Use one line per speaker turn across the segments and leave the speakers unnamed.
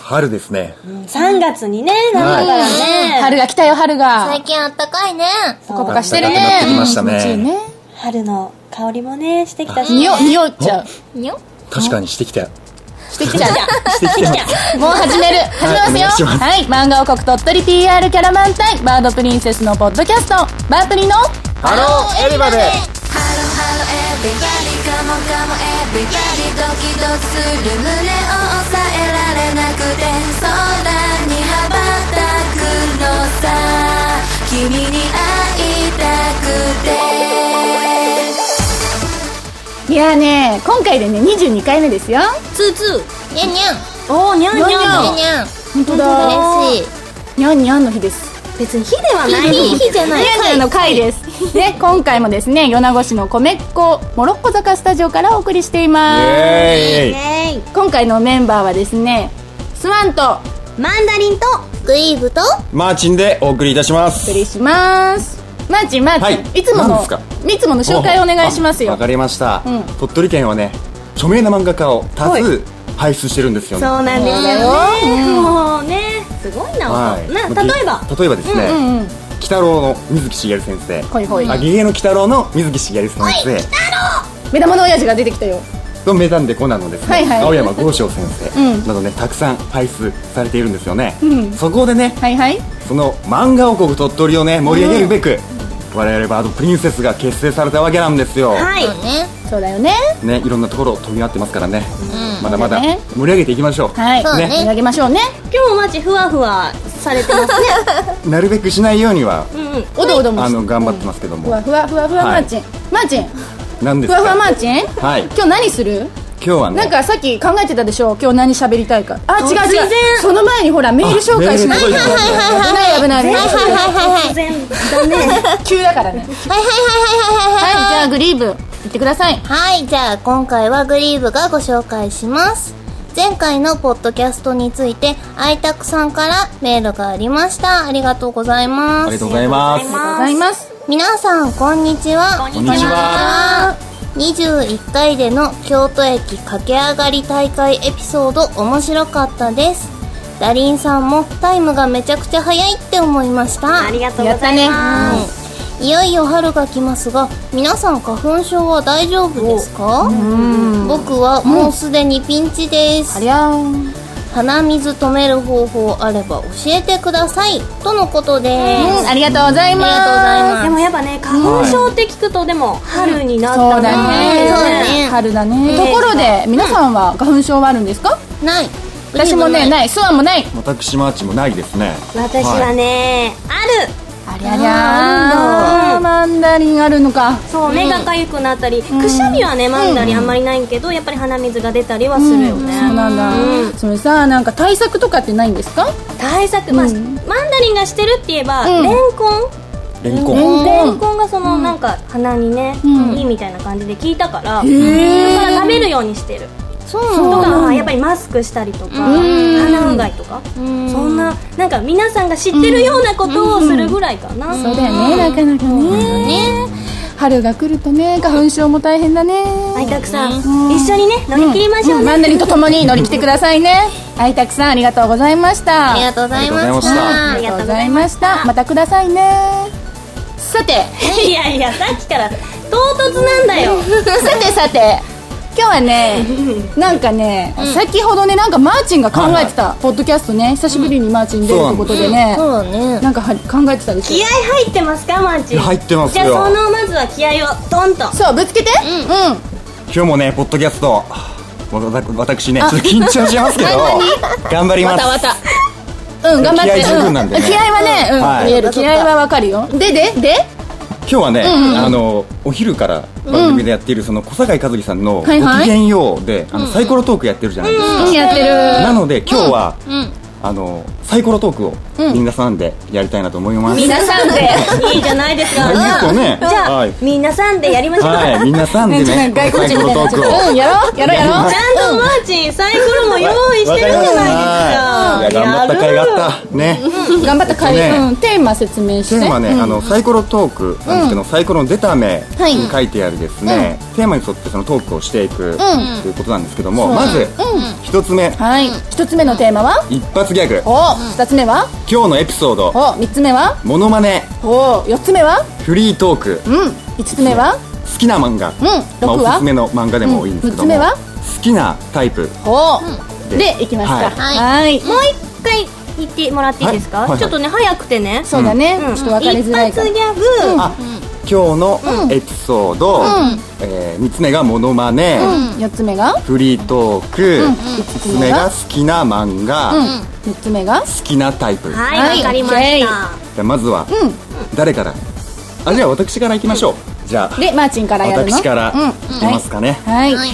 春ですね。
3月にね、なるからね、
春が来たよ、春が
最。近あったかいね。
ポカポカしてる
暖かくなってき
ね。
ましたね
気持ちいいね。
春の香りもね、してきたし、
匂、 匂っちゃう。
にょ
確かにしてきた。
してきち ゃう。
してきた。
もう始める。始めますよ。はい。漫画王国鳥取 PR キャラマン隊、バードプリンセスのポッドキャスト、バープリの
ハローエリバで
Hello, hello, everybody, come on, come on, everybody ドキドキする胸を抑えられなくて空に羽ばたくのさ君に会いたくて
いやね、今回でね、22回目ですよ。
ツーツ
にゃんにゃん。
ー。おー、にゃんにゃん。
にゃんにゃん
にゃんにゃん。
本当だ。
嬉しい。
にゃんにゃんの日です。
別に火ではない
いい日じ ゃない。
にゃんにゃんの会です。ね、今回もですね、米子市の米っ子、モロッコ坂スタジオからお送りしてい
イ
ます。
エーイ
ね
今回のメンバーはですね、スワンと
マンダリンと、
グイーブと
マーチンでお送りいたしま
お送
す。
りします。マーチン、マーチン、
はい
い、つも
何で
の
すか、
いつもの紹介お願いします
あ
よ
わ。かりました
うん。
鳥取県はね、著名な漫画家を多数輩出してるんですよね。
そうなんですよね。もうね、すごいな、
はい。
な
まあ
例えば、
ぎ例えばです
う
ね、
んうん。
鬼太郎の水木しげる先生。
ほいほい。
あ、ゲゲの鬼太郎の水木しげる先生
目玉の親父が出てきたよ。
とメザンデコナンのですね、
はいはい
青山剛昌先
うん
生などね、たくさん輩出されているんですよね、
うん
そこでね
はいはい。
その漫画王国鳥取をね盛り上げるべく、我々バードプリンセスが結成されたわけなんですよ、
はい、
そうね。
そうだよね。
ね、いろんなところを飛び回ってますからね、まだまだ
そうだね
盛り上げていきましょう、
はい。
そうね
盛り上げましょうね。
今日もマジふわふわされてますね。
なるべくしないようには、
うん、
おどおども
あ
し
の頑張ってますけど
ふ
も、
わふわふわふわマ
はい
ーチン。マーチン。
なんです
ふ
か
わふわマーチン。
はい
今日何する？
今日はね
なんかさっき考えてたでしょ。今日何喋りたいか。あ違う違う
突然。
その前にほらメール紹介しない
あ
と。
メー
危
ル届いてますね
ない危ない危ない。
突然だね。
急だからね。はい
はいはいはいはいはいはい。
じゃあグリーブ行ってください。
はい、じゃあ今回はグリーブがご紹介します。前回のポッドキャストについて、あいたくさんからメールがありました。ありがとうござい
あ
ま
りが
す
と。うございます
ありがとうございま
ございます。
皆さん、こんにちは。
こんにちは
21回での京都駅駆け上がり大会エピソード面白かったです。ダリンさんもタイムがめちゃくちゃ早いって思いました。
ありがとうございます。
はい、いよいよ春が来ますが皆さん花粉症は大丈夫ですか僕はもうすでにピンチです、
ありゃー。
鼻水止める方法あれば教えてくださいとのことです、
うん
あ
ありがとうござい
り
ます。
で
がとうございます
もやっぱね、花粉症って聞くと、でも、春になった
そう
な
だ
ーっ
ね。
て
そうだね
春だね。ところで皆さんは花粉症はあるんですか？
ない
私もね
い
ない。スワンもない。
私マーチもないですね
私はね、ある
ありゃりゃ
あー
ーマンダリンあるのか
そう目が痒くなったり、くしゃみはねまんだりあんまりないけど、やっぱり鼻水が出たりはするよね、
そうなんだ、それさなんか対策とかってないんですか
対策、まあマンダリンがしてるって言えば、
うん
レンコン
レンコ
レ
ン
ンコン
レンコンがその、なんか鼻にね、いいみたいな感じで聞いたから、
へ
だから食べるようにしてる
そう
とかまあやっぱりマスクしたりとか鼻うがいとかそんななんか皆さんが知ってるようなことをするぐらいかな、
そうだよねなかなかね
ね
春が来るとね花粉症も大変だね
あいたくさん、一緒にね乗り切りましょ うね、
マンダリンと共に乗り切ってくださいねあいたくさんありがとうございました
ありがとうございま
ありがとうご
し
ざいました
た
あ
あ
り
り
がとうござ
がとうござ
い
い
ま
ま
し
したたまたくださいねさて
いやいやさっきから唐突なんだよ
さてさて今日はねなんかね、先ほどねなんかマーチンが考えてた、ポッドキャストね久しぶりにマーチン出るってことでね、
そうだね
なんかは考えてたで
気
し
合入ってますかマンチ
入ってます
じゃ
よ
あそのまずは気合をドンと
ょそうぶつけてうん、
今日もねポッドキャストわた私ねちょっと緊張しますけど頑張ります
たうん頑張って
気合十分なんでね
う気合はね、うん
はい
見える気合はわかるよででで
今日はね、あのお昼から番組でやっているその小坂井和樹さんの「ご
はいはい
きげんようで」あのサイコロトークやってるじゃないですか、
うんやってる
なので今日は、
ん
あのサイコロトークをみんなさんでやりたいなと思います、
皆さんで
いいじゃないですか
はいですよね
じゃあ、
はい
みんなさんでやりましょうか、
はいみんなさ んでね
外
サ
国
イ
人
コ
み
ロ
た
ト
い
ークを
なうんやろうやろうやろ
ちゃ
う
んとマーチンサイコロも用意してるじゃないですか
わかりました頑張った甲斐があったね
頑張った会、
ね
うん、テーマ説明して
テーマね、あのサイコロトークなんですけど、サイコロの出た目に書いてあるですね、テーマに沿ってそのトークをしていく、ということなんですけども、まず一、つ目
はい一つ目のテーマは
一発ギャグ
お二つ目は
今日のエピソード
お三つ目は
モノマネ
お四つ目は
フリートーク
うん五つ目は
好きな漫画、まあ、おすすめの漫画でもいいんですけども、好きなタイプ
お
で
でいきますか
はい
はい
もう一回言ってもらっていいですか、
はいはいはい
ちょっとね早くてね
そうだね
うん
ちょっと分かりづらい
一
か
発
ら
ギャグ、
あ、今日のエピソード、えー、3つ目がモノマネ、
四つ目が
フリートーク、
五
5つ目が好きな漫画、好
三つ目が
きなタイプ、じ
はいわ、
はい
かりました
オ
ゃあまずは、誰からあじゃあ私からいきましょう、じゃあ
でマーチンからやるの
私から
うん
いきますかね、
はいはい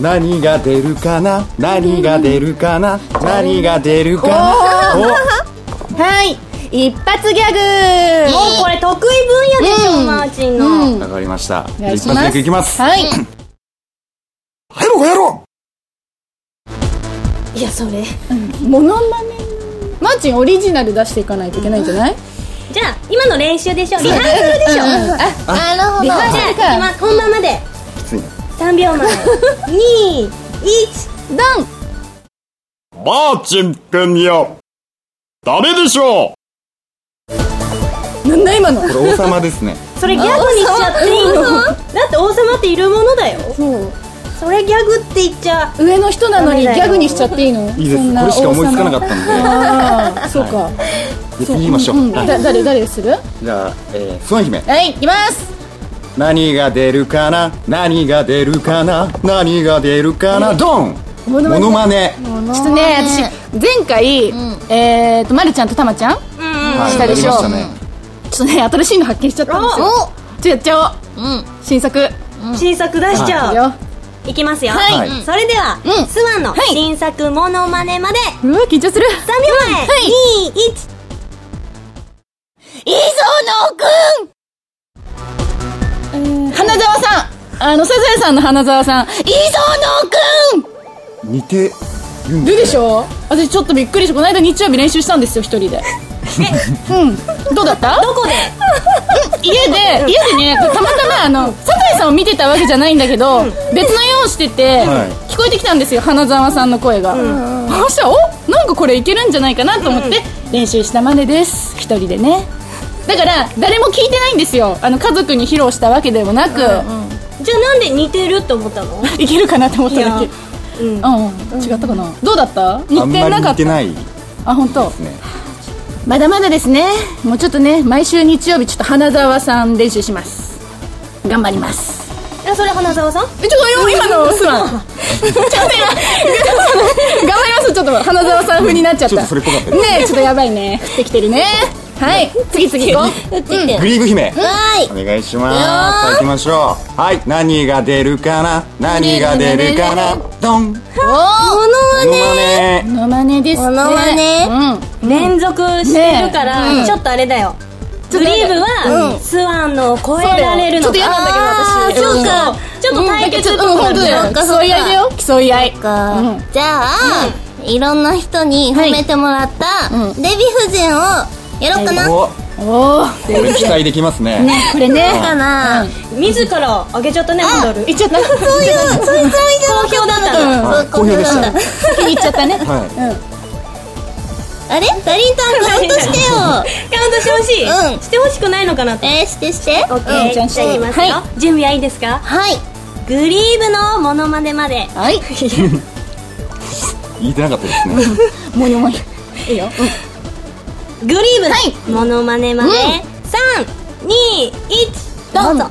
何が出るかな何が出るかな何が出るかな
はい一発ギャグ
もうこれ得意分野でしょ、マーチンの、
おわかりました
お
じゃあ
願い
一
します
発目いきます
はい
はい僕やろ
いやそれ
モノマネマーチンオリジナル出していかないといけないんじゃない
じゃあ今の練習でしょリハーサルでしょ、じゃ
なるほど
あ
あ
そうか
今本番まで
うきついね
3 秒前2 1
ドン
マーチン君よダメでしょう
なんだ今の
これ王様です ね
それギャグにしちゃっていいのだって王様っているものだよ
そう
それギャグって言っちゃ
上の人なのにギャグにしちゃっていいの
いいですこれしか思いつかなかったんで
たああそうか
別に言いましょう、
うん
はい
だ誰誰するは
じゃあ、えー、スワン姫
い行きます
何が出るかな何が出るかな何が出るかなドンモ
ノマネ
ノマネ
ちょっとね私前回えーとまるちゃんとたまちゃんち
はい
したでしょ
やりまね
ょっとね新しいの発見しちゃったんですよちょっとやっちゃおう新作よ
う新作出しちゃう、
うわ
い、きますよ、
はい
それでは、
うん
スワンの
はい
新作モノマネまで
緊張する
3秒前、2 1
花澤さんあのサザエさんの花澤さん磯野くん
似てるん
どう
で
ですしょ私ちょっとびっくりしてこの間日曜日練習したんですよ一人でうんどうだった
どこで
家で家でねたまたまあのサザエさんを見てたわけじゃないんだけど別の用をしてて
は
聞こえてきたんですよ花澤さんの声がそしたらおなんかこれいけるんじゃないかなと思って練習したまでです一人でねだから誰も聞いてないんですよあの家族に披露したわけでもなく
じゃあなんで似てるって思った の
いけるかなと思っただけ
いやうん
うん違ったかなどうだった似
あん
て
ま
な
り
か
似
ってた
ないで
あ本当。
すね
まだまだですねもうちょっとね毎週日曜日ちょっと花澤さん練習します頑張ります
あそれ花澤さん
えちょっと今のすまんちょっと今 頑張りますちょっと花澤さん風になっちゃった
ちょっとそれっぽかった
ねえちょっとやばいね降ってきてるねはい次次行こう
グリーグ姫
はい
お願いしますさあ行きましょうはい何が出るかな何が出るかなドンモ
お
ノマネ
モノマネですね
モノマネ
う
連続してるから、
ねえうん
ちょっとあれだよ
ちょ
グ
っ
リ
とあ
ー
れ
ブは、スワンのを超えられるの
そうだよちょっと嫌なんだけど私
あーそうか、ちょっと対決
う
と
んうん本当だ
よ
よ
そっかそっ
競
か
い合いだよ競い合い
か、
うん
じゃあ、いろんな人に褒めてもらった、
うん
デヴィ夫人をやろうかな、
お
おお
これ期待できますね
ねこれね
どうかな、
自らあげちゃったねメダル
いっちゃった
そういうそういうつもりじゃ
好評だったの、
うん
はい好評でした
気に入っちゃった
は
ね
い
あれダリンさんカウントしてよ
カウントしてほしい、
うん
してほしくないのかなって
えー、してして
オッケー、
うん
じゃあ言いますよ、
は
準備はいいですか
はい
グリーブのモノマネまで
はい
言いてなかったですね
もにょもにょいいよ
グリーブの、モノマネまで、三二321どうぞ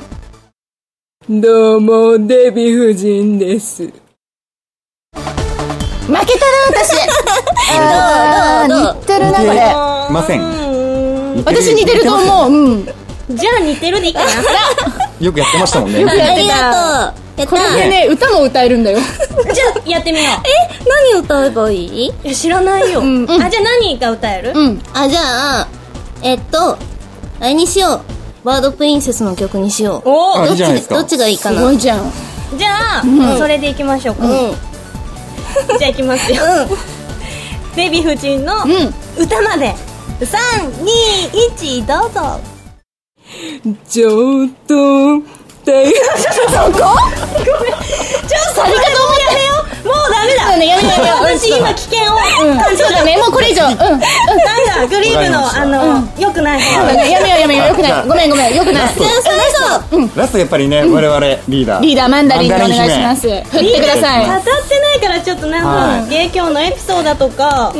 どうも、デヴィ夫人です。
負けたな私どうどうどう似てるなこ
似て
れ
ません
うーん
似てる
私似てると思ううん
じゃあ似てるでいいかな
よくやってましたもんね
よくやっ
あ
て
り
た
がとうやっ
これ
た
でね歌も歌えるんだよ
じゃあやってみよう
え何歌えばいい
いや知らないよ、
ん
あじゃあ何が歌える、
うん
あじゃあえっとあれにしようバードプリンセスの曲にしよう
お
あ
ど
いい
っち
じゃないですか
どっちがいいか
す
な
ごいじゃん
じゃあ、それでいきましょうか、
うん
じゃあいきますよ、デヴィ夫人の歌まで、321どうぞ
ちょっと大変
さりがとうもうやめようもうダメだ
そうねやめようやめよう
私今危険を
う
感
ん
じ
そうだねもうこれ以上うん うん
なんかグリーム
わ
の
か
あの良くない
そうだねやめようやめようよくないごめんごめんよくない
ラストやっぱりね、我々リーダー
リーダーマンダリンでお願いします振ってくだ
語
さい
ってないからちょっとなん
は
か
い
芸協のエピソードとかフ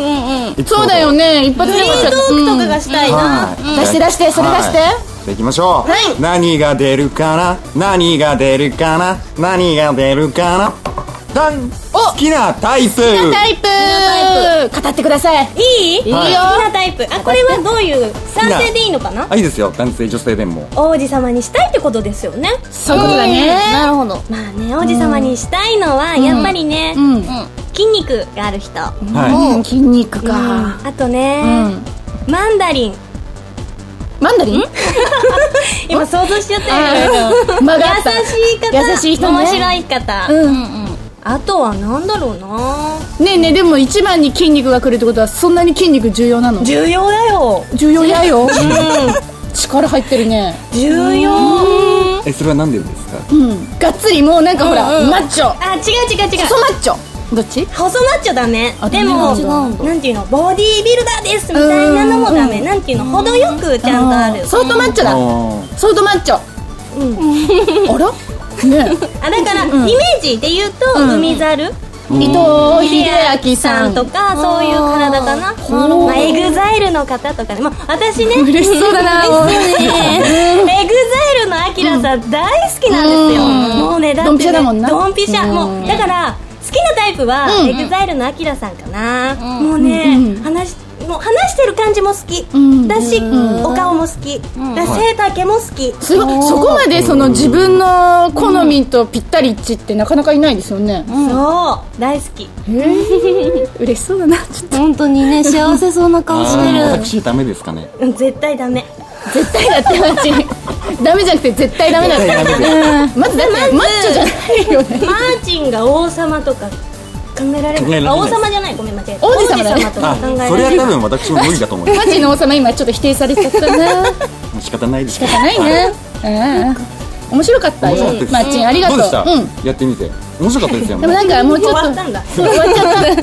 姫
そうだよね一発
リ
目
ー
は
トークとかがしたいな
はい
出して出してそれ出して
はいじゃあ行きましょう、何が出るかな何が出るかな何が出るかなダン好きなタイプ
タイプ語ってください
いい
いいよ
は
好きなタイプあこれはどういう
きな
男性でいいのかない
いですよ男性女性でも
王子様にしたいってことですよね
そういうことだね
なるほど
まあね王子様にしたいのはやっぱりね
うん
筋肉がある人
は
うん筋肉か
あとねマンダリン
マンダリン
今想像しちゃったよ
曲がった
優しい方
優しい人ね
面白い方
うん
あとはなんだろうな
ねえねえでも一番に筋肉が来るってことはそんなに筋肉重要なの
重要だよ
重要やよ力入ってるね
重要
いえそれは何でですか
うんがっつりもうなんかほらマッチョ
あ違う違う違う
細マッチョどっち
細マッチョダメ
あ
でも
違
うんだ
なんていうのボディービルダーですみたいなのもダメなんていうの程よくちゃんとある
ソートマッチョ
あ
だ
ー
ソートマッチョあらねえ
あだからイメージで言うと海猿
伊藤英明さん
とかそういう体かなまあエグザイルの方とかねまあ私ね
嬉しそう だな
エグザイルのアキラさん大好きなんですよ、もうねだってね
ドンピシャだもんな
ドンピシャ、もうだから好きなタイプは、
うん
エグザイルのアキラさんかな、もうね、
うん
話もう話してる感じも好き、
ん
だし、お顔も好き、だし背丈も好き、
すごいそこまでその自分の好みとぴったり一致ってなかなかいないですよね
そう大好き
嬉しそうだなちょっ
本当にね幸せそうな顔して
あー
る
私ダメですかね
うん絶対ダメ
と絶対だってマジダメじゃなくて絶対ダメだって
絶対ダメ
うんまずだってマッチョじゃないよね
マーチンが王様とか考えられ
考えられ
ない
ない
あ王様じゃないごめん間違えた
王子様だね
と か
あ
考えら
それ
れ
は
ない
多分私も無理だと思いま
マジの王様今ちょっと否定されちゃったな
す仕方ないです仕
仕方ないねうん面白かった
面白
よ
かったです
マッチンありがと
ど
う
うでした
うん
やってみて面白かったですよ
でも
ね
なんかもうちょ
終
っと
わったんだ
そう終わっちゃったなんか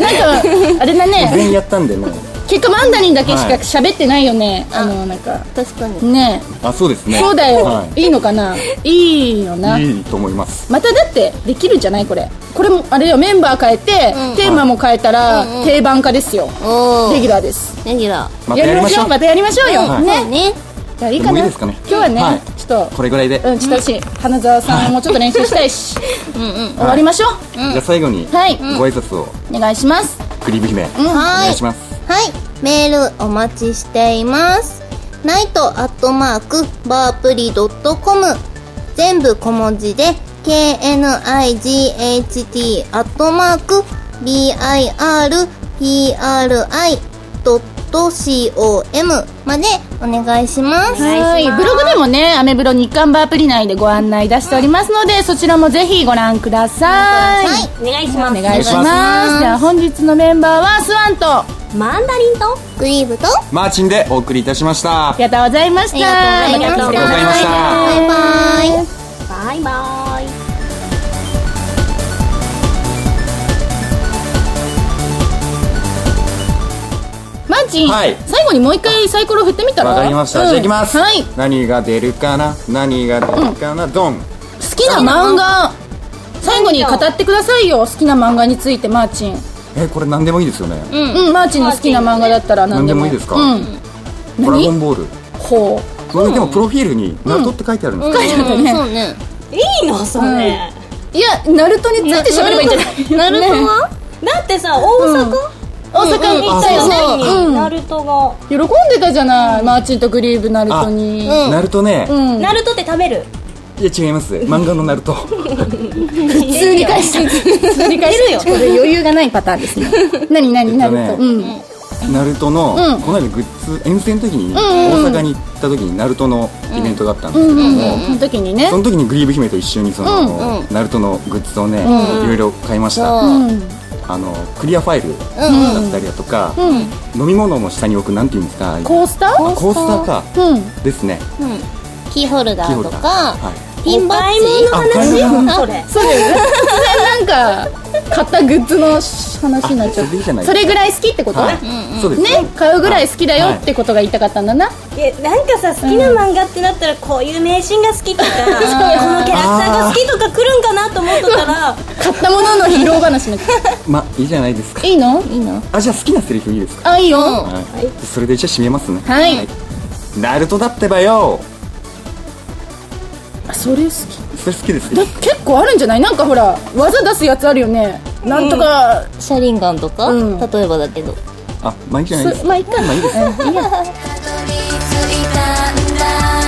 あれだ
全
ね
員やったんでね
結果マンダリンだけしか喋ってないよねあのなんか
確かに
ね
あそうです
え
ね
そうだよ
はい
いいのかないいよない
いと思います
まただってできるんじゃないこれこれもあれよメンバー変えて、テーマも変えたら、定番化ですよ、
お
レギ
ー
ュラーです
レギュラ
またやりましょう
またやりましょうよ、
はい
ね
ーね
じゃあいいかな
もういいですかね
今日はね、
はい
ちょっ
これぐらいで
と、うん、ちょっと私花澤さんもちょっと練習した いし、終わりましょう、
じゃあ最後にご
はい
挨拶を
お願いします
クリーム姫お
は
願
ー
い
い
します
はい、メールお待ちしています。ナイトアットマークバープリドットコム全部小文字で KNIGHT アットマーク BIRPRI.com までお願いします。
はいブログでもねアメブロ日刊バーアプリ内でご案内出しておりますので、そちらもぜひご覧ください
はい
お願いし
お
ます
願いし
お願いし
ますでは本日のメンバーはスワンと
マンダリンと
グリーブと
マーチンでお送りいたしました
ありがとうございました
あ
あ
りがと
り
う
が
ご
とう
ざ
ございました
バイバイ。
バイバイ
マーチン、
はい
最後にもう一回サイコロ振ってみたら
わかりました、
うん
じゃあいきます、
はい、好
何が出るかな何が出るかな、ドン
きな漫画最後に語ってくださいよ好きな漫画についてマーチン
えこれ何でもいいですよね、
うん、マーチンの好きな漫画だったら何でも
何でもいいですか
うん、
ドラゴンボール
ほ
これでもプロフィールに「ナルト」って書いてあるんですか、
う書いてあったね、
そうね。
いいのそれ、
いやナルトについて喋ればいいんじゃない
なると
ね
は
だってさ大阪、
大
行
阪行
っ
ったた
よ
よ
ね
ね、うん
ナルトが、
喜んでたじゃない、マーチンとグリーブナルトに
あナルトね、
うん
ナルトって食べる
いや違い ます漫画のナルト
普通に返して普通に返してこれ余裕がないパターンですね何何ナル
えっ
ト、
とね
うん
ナルトの、
うん
この間グッズ遠征の時に、大阪に行った時にナルトのイベントがあったんですけども、
その時にね
その時にグリーブ姫と一緒にその、ナルトのグッズをね、いろいろ買いました、
そう。
あのクリアファイルだったりだとか、飲み物も下に置くなんていうんですかああいう
コースター
コースターか、
うん
ですね
キーホルダ
キー
ー
ホ
と
ルダー
か、
はい
ピンバッジ
お買い物の
それ
そうだよね突然なんか買ったグッズの話になっちゃ
あそれでいいじゃ
う
ない
それぐらい好きってこと、
はいそうです
ね買うぐらい好きだよってことが言いたかったんだな、
えなんかさ好きな漫画ってなったらこういう名シーンが好きとかこのキャラクターが好きとか来るんかなと思っとった ら
買ったものの披露話の
まあいいじゃ ないですか
いいの
いいの
あじゃあ好きなセリフいいですか
あいいよ、
はいそれでじゃあ締めますね
はい
ナルトだってばよ
あそれ好き
それ好きです
だ
よ
結構あるんじゃないなんかほら技出すやつあるよねなんとか、
シャリンガンとか、
うん
例えばだけど
あまあいいじゃないです
す
か
まあいっか
まあいいです
たどり着いたんだ